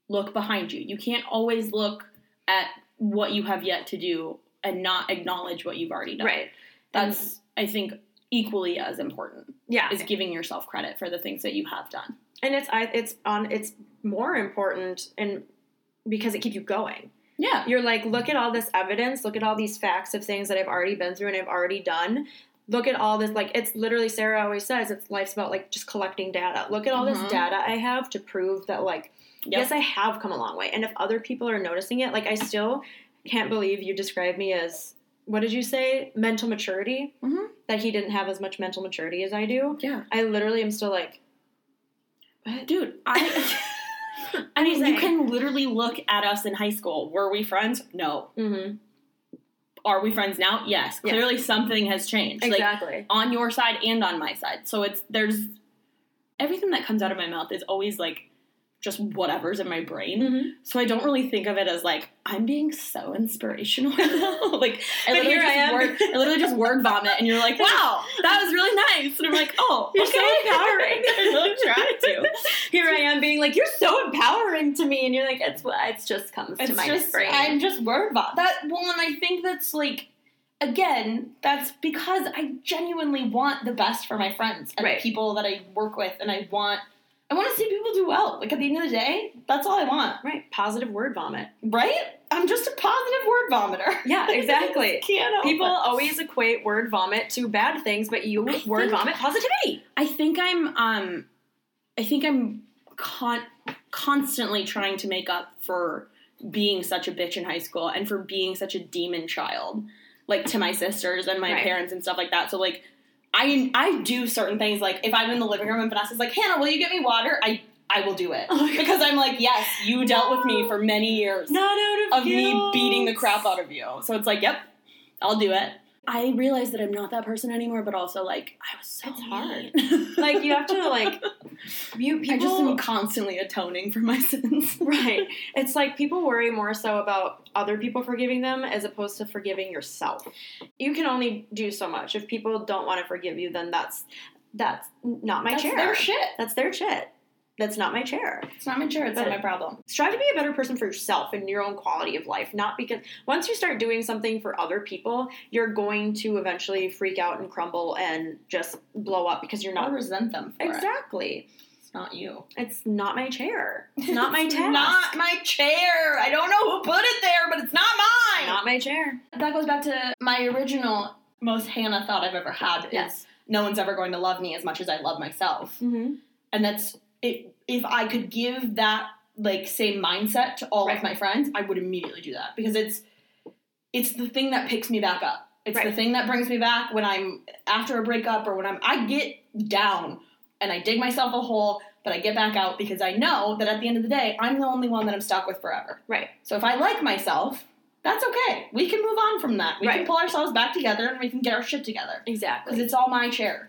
Look behind you. You can't always look at what you have yet to do and not acknowledge what you've already done. Right. That's, I think, equally as important Yeah. is giving yourself credit for the things that you have done. and it's I, it's on it's more important and because it keeps you going. Yeah. you're like, look at all this evidence, look at all these facts of things that I've already been through and I've already done. Look at all this, like, it's literally Sarah always says, it's life's about like just collecting data. Look at all Mhm. this data I have to prove that, like, Yep. yes, I have come a long way. And if other people are noticing it, like, I still can't believe you described me as, what did you say? Mental maturity? Mhm. That he didn't have as much mental maturity as I do. Yeah. I literally am still like, Dude, I. I mean, you Amazing. can literally look at us in high school. Were we friends? No. mm-hmm, Are we friends now? Yes. Yeah. Clearly, something has changed. Like, exactly. on your side and on my side. So it's there's everything that comes out of my mouth is always like just whatever's in my brain. mm-hmm. So I don't really think of it as like I'm being so inspirational. like I But literally here just I am. word I literally just word vomit and you're like, "Wow, that was really nice." And I'm like, "Oh, You're okay. so empowering. I really tried to. Here I am being like, you're so empowering to me, and you're like, it's it's just comes to my just brain. I'm just word vomit. That well, and I think that's like again, that's because I genuinely want the best for my friends and Right. the people that I work with, and I want I want to see people do well. Like at the end of the day, that's all I want, right, positive word vomit. right? I'm just a positive word vomiter. Yeah, exactly. Can't help People it. always equate word vomit to bad things, but you I word think- vomit positivity. I think I'm um I think I'm con- constantly trying to make up for being such a bitch in high school and for being such a demon child like to my sisters and my Right. parents and stuff like that. So like I I do certain things like if I'm in the living room and Vanessa's like, "Hannah, will you get me water?" I I will do it. Oh my God. because I'm like, "Yes, you dealt with me for many years Not out of me beating the crap out of you." So it's like, "Yep, I'll do it." I realize that I'm not that person anymore, but also like I was so It's hard. mean. Like you have to like you people. I just am constantly atoning for my sins. right. It's like people worry more so about other people forgiving them as opposed to forgiving yourself. You can only do so much. If people don't want to forgive you, then that's that's not my That's chair. their shit. That's their shit. That's not my chair. It's not my chair. It's But- not my problem. Strive to be a better person for yourself and your own quality of life, not because once you start doing something for other people, you're going to eventually freak out and crumble and just blow up because you're I not. resent them for it. Exactly. It's not you. It's not my chair. It's not my It's task. Not my chair. I don't know who put it there, but it's not mine. Not my chair. that goes back to my original most Hannah thought I've ever had is no one's ever going to love me as much as I love myself. hmm And that's it, if I could give that like same mindset to all Right. of my friends, I would immediately do that because it's it's the thing that picks me back up. It's the Right. thing that brings me back when I'm after a breakup or when I'm I get down and I dig myself a hole, but I get back out because I know that at the end of the day, I'm the only one that I'm stuck with forever. Right. So if I like myself, that's okay. We can move on from that. We can Right. pull ourselves back together and we can get our shit together. Because Exactly. it's all my chair.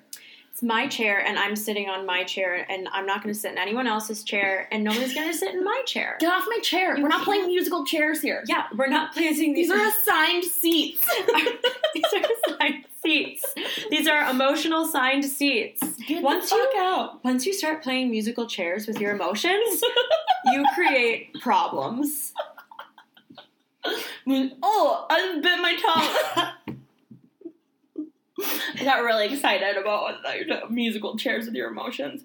It's my chair, and I'm sitting on my chair, and I'm not going to sit in anyone else's chair, and nobody's going to sit in my chair. Get off my chair. You We're not playing can't- musical chairs here. Yeah, we're not placing These are assigned seats. these are assigned seats. These are emotional signed seats. Get Once the you- fuck out. Once you start playing musical chairs with your emotions, you create problems. Oh, I bit my tongue. I got really excited about like, musical chairs with your emotions.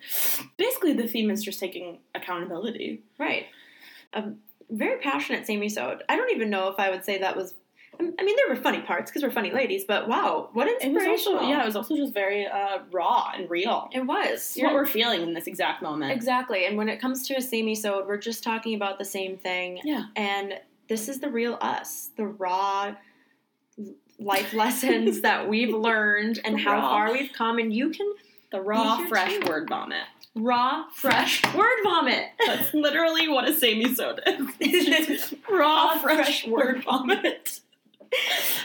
Basically, the theme is just taking accountability. Right. A very passionate Sammy Sode. I don't even know if I would say that was. I mean, there were funny parts because we're funny ladies, but wow, what It was inspirational! also yeah, it was also just very uh, raw and real. it was. It's what we're feeling in this exact moment. Exactly. And when it comes to a Sammy Sode, we're just talking about the same thing. Yeah. And this is the real us, the raw life lessons that we've learned and how Raw. far we've come. And you can The raw, These are fresh two. word vomit. raw, fresh word vomit. That's literally what a Sammy soda is. It's just raw, Raw, fresh, fresh word vomit.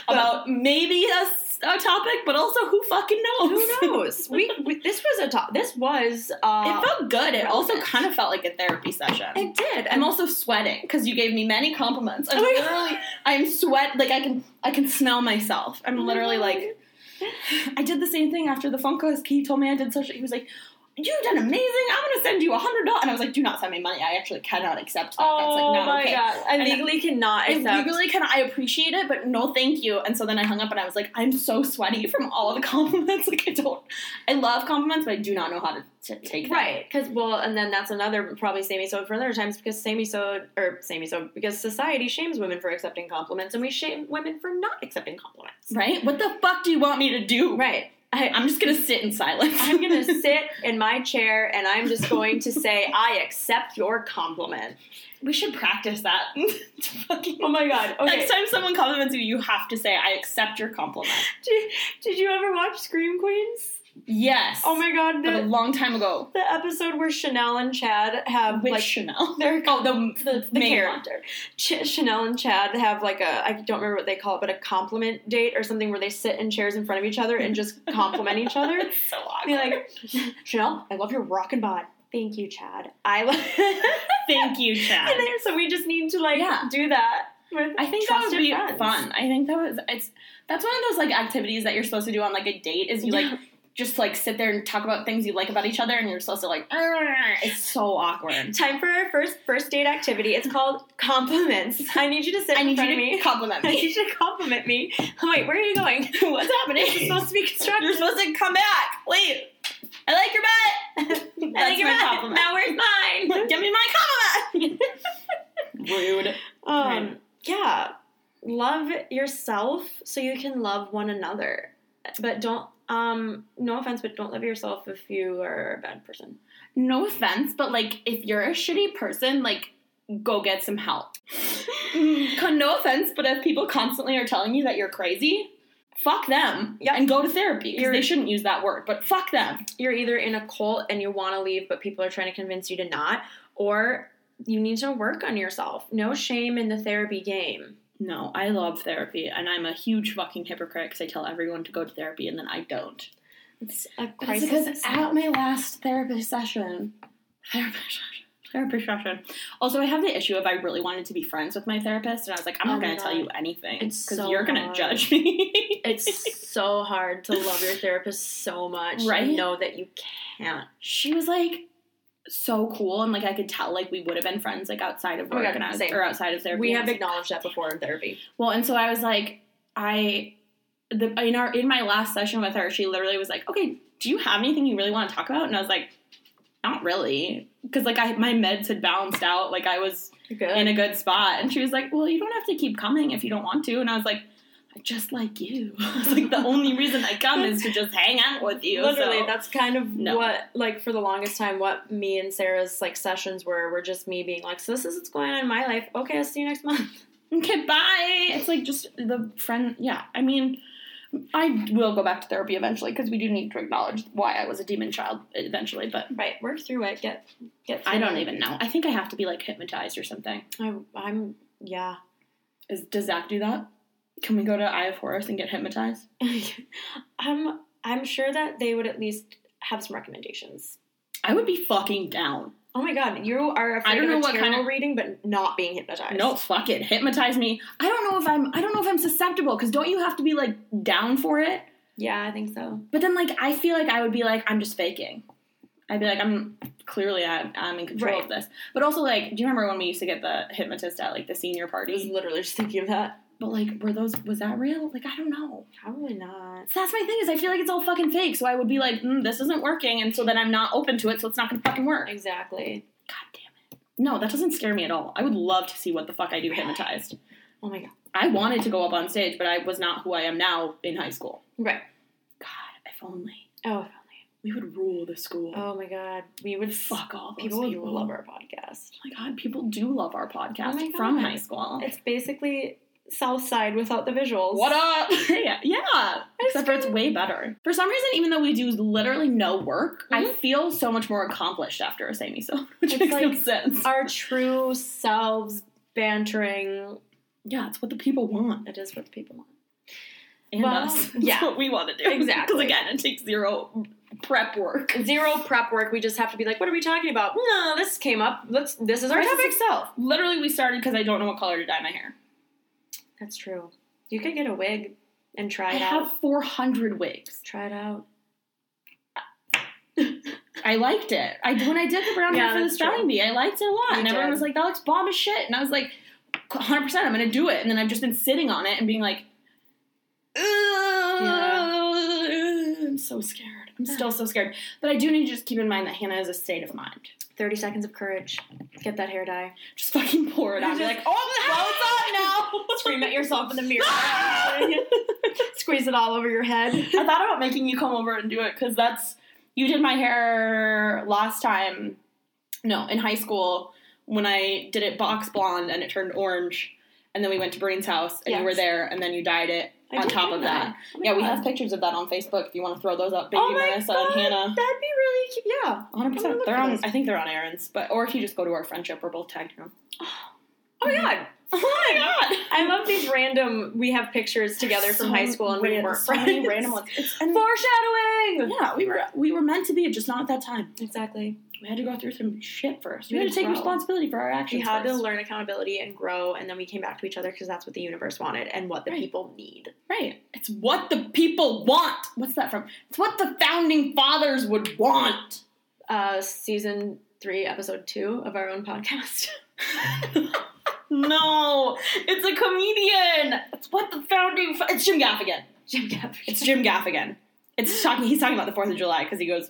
About maybe a, s- a topic, but also who fucking knows? Who knows? We, we this was a top. This was It uh, felt good. It also relevant. kind of felt like a therapy session. it did. I'm also sweating because you gave me many compliments. I'm Oh my God. literally, I'm sweat. Like I can, I can smell myself. I'm Oh my literally God. like, I did the same thing after the phone call. He told me I did such. He was like, "You've done amazing. I'm gonna send you a hundred dollars." And I was like, "Do not send me money. I actually cannot accept that. That's Oh like not my okay." god! I And- legally cannot I accept. legally kind of I appreciate it, but no, thank you. And so then I hung up, and I was like, I'm so sweaty from all the compliments. Like I don't, I love compliments, but I do not know how to t- take them. Right, because well, and then that's another probably Sammy Sode for another times because Sammy Sode or Sammy Sode because society shames women for accepting compliments and we shame women for not accepting compliments. Right? What the fuck do you want me to do? Right. I, I'm just gonna sit in silence. I'm gonna sit in my chair and I'm just going to say I accept your compliment. we should practice that. It's fucking. Oh my god! Okay. Next time someone compliments you, you have to say, "I accept your compliment." Did, did you ever watch Scream Queens? Yes. Oh my god! But The, a long time ago. the episode where Chanel and Chad have With like Chanel. their Oh, the the, the main one. character. Ch- Chanel and Chad have like a I don't remember what they call it, but a compliment date or something where they sit in chairs in front of each other and just compliment each other. It's so awkward. Be like, Chanel, I love your rockin' bod. Thank you, Chad. I love. Thank you, Chad. so we just need to like Yeah. do that. With I think that would trusted be friends. fun. I think that was it's that's one of those like activities that you're supposed to do on like a date is you like just like sit there and talk about things you like about each other and you're supposed to like "Arr," it's so awkward. Time for our first first date activity. It's called compliments. I need you to sit I in need front you of to me. compliment I me. need you to compliment me. Oh, Wait, where are you going? What's happening? This is supposed to be constructive. You're supposed to come back. Wait. I like your butt. That's I think my about it. compliment. Now where's mine? Give me my compliment. Rude. Um, Right. yeah, love yourself so you can love one another. But don't, um, no offense, but don't love yourself if you are a bad person. No offense, but like if you're a shitty person, like go get some help. Con- no offense, but if people constantly are telling you that you're crazy, fuck them Yep. and go to therapy. 'cause You're- They shouldn't use that word, but fuck them. You're either in a cult and you want to leave, but people are trying to convince you to not, or you need to work on yourself. No shame in the therapy game. No, I love therapy, and I'm a huge fucking hypocrite because I tell everyone to go to therapy and then I don't. It's a That's crisis. because at my last therapy session, therapy session, therapy session. Also, I have the issue of I really wanted to be friends with my therapist, and I was like, I'm not Oh my going to tell God. you anything It's so you're going to hard. judge me. it's so hard to love your therapist so much Right? and know that you can't. she was like so cool, and like I could tell like we would have been friends like outside of Oh my work God, and I was, same. or outside of therapy. We and I have was like, acknowledged that before in therapy. Well, and so I was like, I, the, in our in my last session with her, she literally was like, "Okay, do you have anything you really want to talk about?" And I was like, "Not really," because like I my meds had balanced out, like I was Good. in a good spot. And she was like, Well, you don't have to keep coming if you don't want to. And I was like, I just like you. I was like, The only reason I come is to just hang out with you. Literally, so. that's kind of No. what, like, for the longest time, what me and Sarah's like sessions were. Were just me being like, "So this is what's going on in my life." Okay, I'll see you next month. okay, bye. It's like just the friend. Yeah, I mean, I will go back to therapy eventually because we do need to acknowledge why I was a demon child eventually. But Right, work through it. Get get. I through don't it. even know. I think I have to be like hypnotized or something. I, I'm yeah. Is does Zach do that? Can we go to Eye of Horus and get hypnotized? I'm I'm sure that they would at least have some recommendations. I would be fucking down. Oh my god, you are afraid I don't of know a what tarot kind of- reading, but not being hypnotized. No, fuck it. Hypnotize me. I don't know if I'm. I don't know if I'm susceptible because don't you have to be like down for it? Yeah, I think so. But then, like, I feel like I would be like, I'm just faking. I'd be like, I'm clearly I'm, I'm in control Right. of this. But also, like, do you remember when we used to get the hypnotist at like the I senior was parties? literally just thinking of that. But like, were those was that real? Like, I don't know. Probably not. So that's my thing is, I feel like it's all fucking fake. So I would be like, mm, this isn't working, and so then I'm not open to it, so it's not gonna fucking work. God Exactly. damn it. No, that doesn't scare me at all. I would love to see what the fuck I do hypnotized. Oh my god. I wanted to go up on stage, but I was not who I am now in high school. Right. God, if only Oh. we would rule the school. Oh my god. We would Fuck all those People people. would love our podcast. Oh my god, people do love our podcast Oh my from God. high school. It's basically South Side without the visuals. what up? yeah, yeah. Except for it's way better. For some reason, even though we do literally no work, I Mhm. feel so much more accomplished after a semi so, which It's makes no like- sense. Our true selves bantering. yeah, it's what the people want It is what the people want. and Well, us. it's yeah. what we want to do Because Exactly. again, it takes zero prep work. Zero prep work. We just have to be like, what are we talking about? Hmm, No, this came up. Let's. This is our This is topic self. Literally, we started because I don't know what color to dye my hair. That's true. You could get a wig and try I it out. have 400 wigs. Try it out. I liked it. I when I did the brown Yeah, hair for the that's spelling true. bee, I liked it a lot. You and everyone did. was like, "That looks bomb as shit," and I was like, "100, percent I'm gonna do it." And then I've just been sitting on it and being like, "Ugh, "I'm so scared. I'm still so scared." But I do need to just keep in mind that Hannah is a state of mind. Thirty seconds of courage. Get that hair dye. Just fucking pour it out. Be Just- like, "Oh, the hell's on now!" Scream at yourself in the mirror. I Squeeze it all over your head. thought about making you come over and do it because that's you did my hair last time. No, in high school when I did it box blonde and it turned orange, and then we went to Breen's house and you were Yes. there, and then you dyed it I on did top do of that. Oh my yeah, we God. have pictures of that on Facebook if you want to throw those up, baby oh my Marissa God, and Hannah. That'd be really cute. Yeah. 100. I'm gonna percent look They're for on. those. I think they're on errands, but or if you just go to our friendship, we're both tagged in them. Oh my god. Oh my god! I love these random. We have pictures together from So high school, and we weird. weren't so friends. many random ones. It's, and Foreshadowing. yeah, we were we were meant to be, just not at that time. Exactly. We had to go through some shit first. We We had had to take grow. responsibility for our We actions. had to first. learn accountability and grow, and then we came back to each other because that's what the universe wanted and what the Right. people need. right. It's what the people want. What's that from? It's what the founding fathers would want. Uh, season three, episode two of our own podcast. no, it's a comedian. It's what the founding. Fa- it's Jim Gaffigan. Jim Gaffigan. It's Jim Gaffigan. It's talking. He's talking about the Fourth of July because he goes.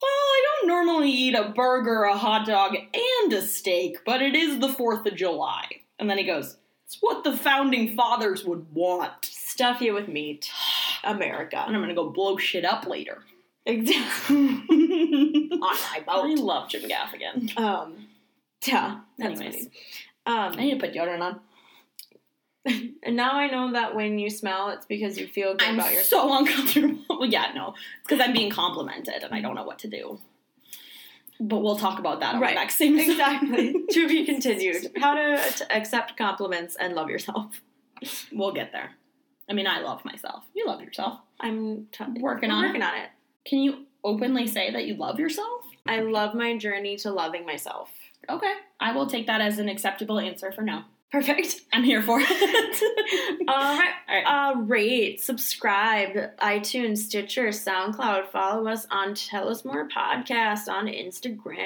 Well, I don't normally eat a burger, a hot dog, and a steak, but it is the 4th of July. And then he goes, It's what the founding fathers would want. Stuff you with meat, and America. I'm gonna go blow shit up later. Exactly. I On my boat. love Jim Gaffigan. Um, yeah, that's Anyways. Anyways. Um, I need to put deodorant on. and now I know that when you smell, it's because you feel good I'm about yourself. so uncomfortable. well, yeah, no, it's because I'm being complimented and I don't know what to do. But we'll talk about that on Right. the next same Exactly. to be continued. How to, to accept compliments and love yourself. we'll get there. I mean, I love myself. You love yourself. I'm t- Working on working it. on it. Can you openly say that you love yourself? I love my journey to loving myself. Okay, I will take that as an acceptable answer for now. Perfect. I'm here for it. All right. All right. Uh, rate, subscribe, iTunes, Stitcher, SoundCloud. Follow us on Tell Us More Podcast on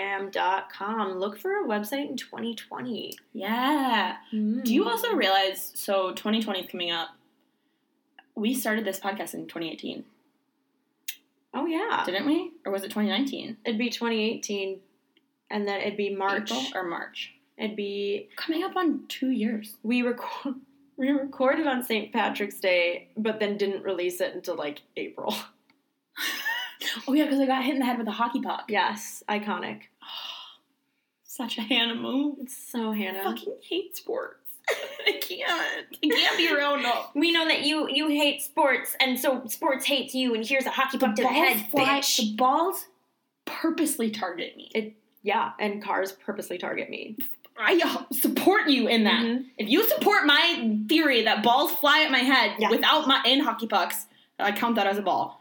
Instagram.com. Look for a website in 2020. yeah. Mm. Do you also realize? So 2020 is coming up. We started this podcast in 2018, Oh, yeah. didn't we? Or was it 2019? It'd be 2018, and then it'd be March. April or March? It'd be Coming up on two years. we record we recorded on St. Patrick's Day, but then didn't release it until like April. Oh yeah, because I got hit in the head with a hockey puck. Yes, iconic. Such a Hannah move. It's so Hannah. Fucking hate sports. I can't. It can't be around up. We know that you you hate sports, and so sports hates you. And here's a hockey puck to the head, fly- bitch. the balls purposely target me. Yeah, and cars purposely target me. I uh, support you in that. Mhm. If you support my theory that balls fly at my head Yeah. without my and hockey pucks, I count that as a ball.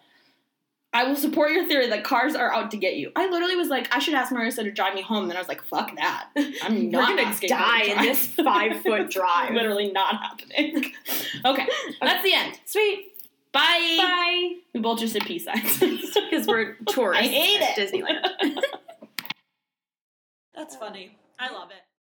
I will support your theory that cars are out to get you. I literally was like, I should ask Marissa to drive me home. Then I was like, fuck that. I'm We're not gonna asking her to die in drive. this five foot drive. Literally not happening. okay, that's the end. Sweet. Bye. Bye. We both just did peace signs. Because we're tourists I hate at it. Disneyland. That's funny. I love it.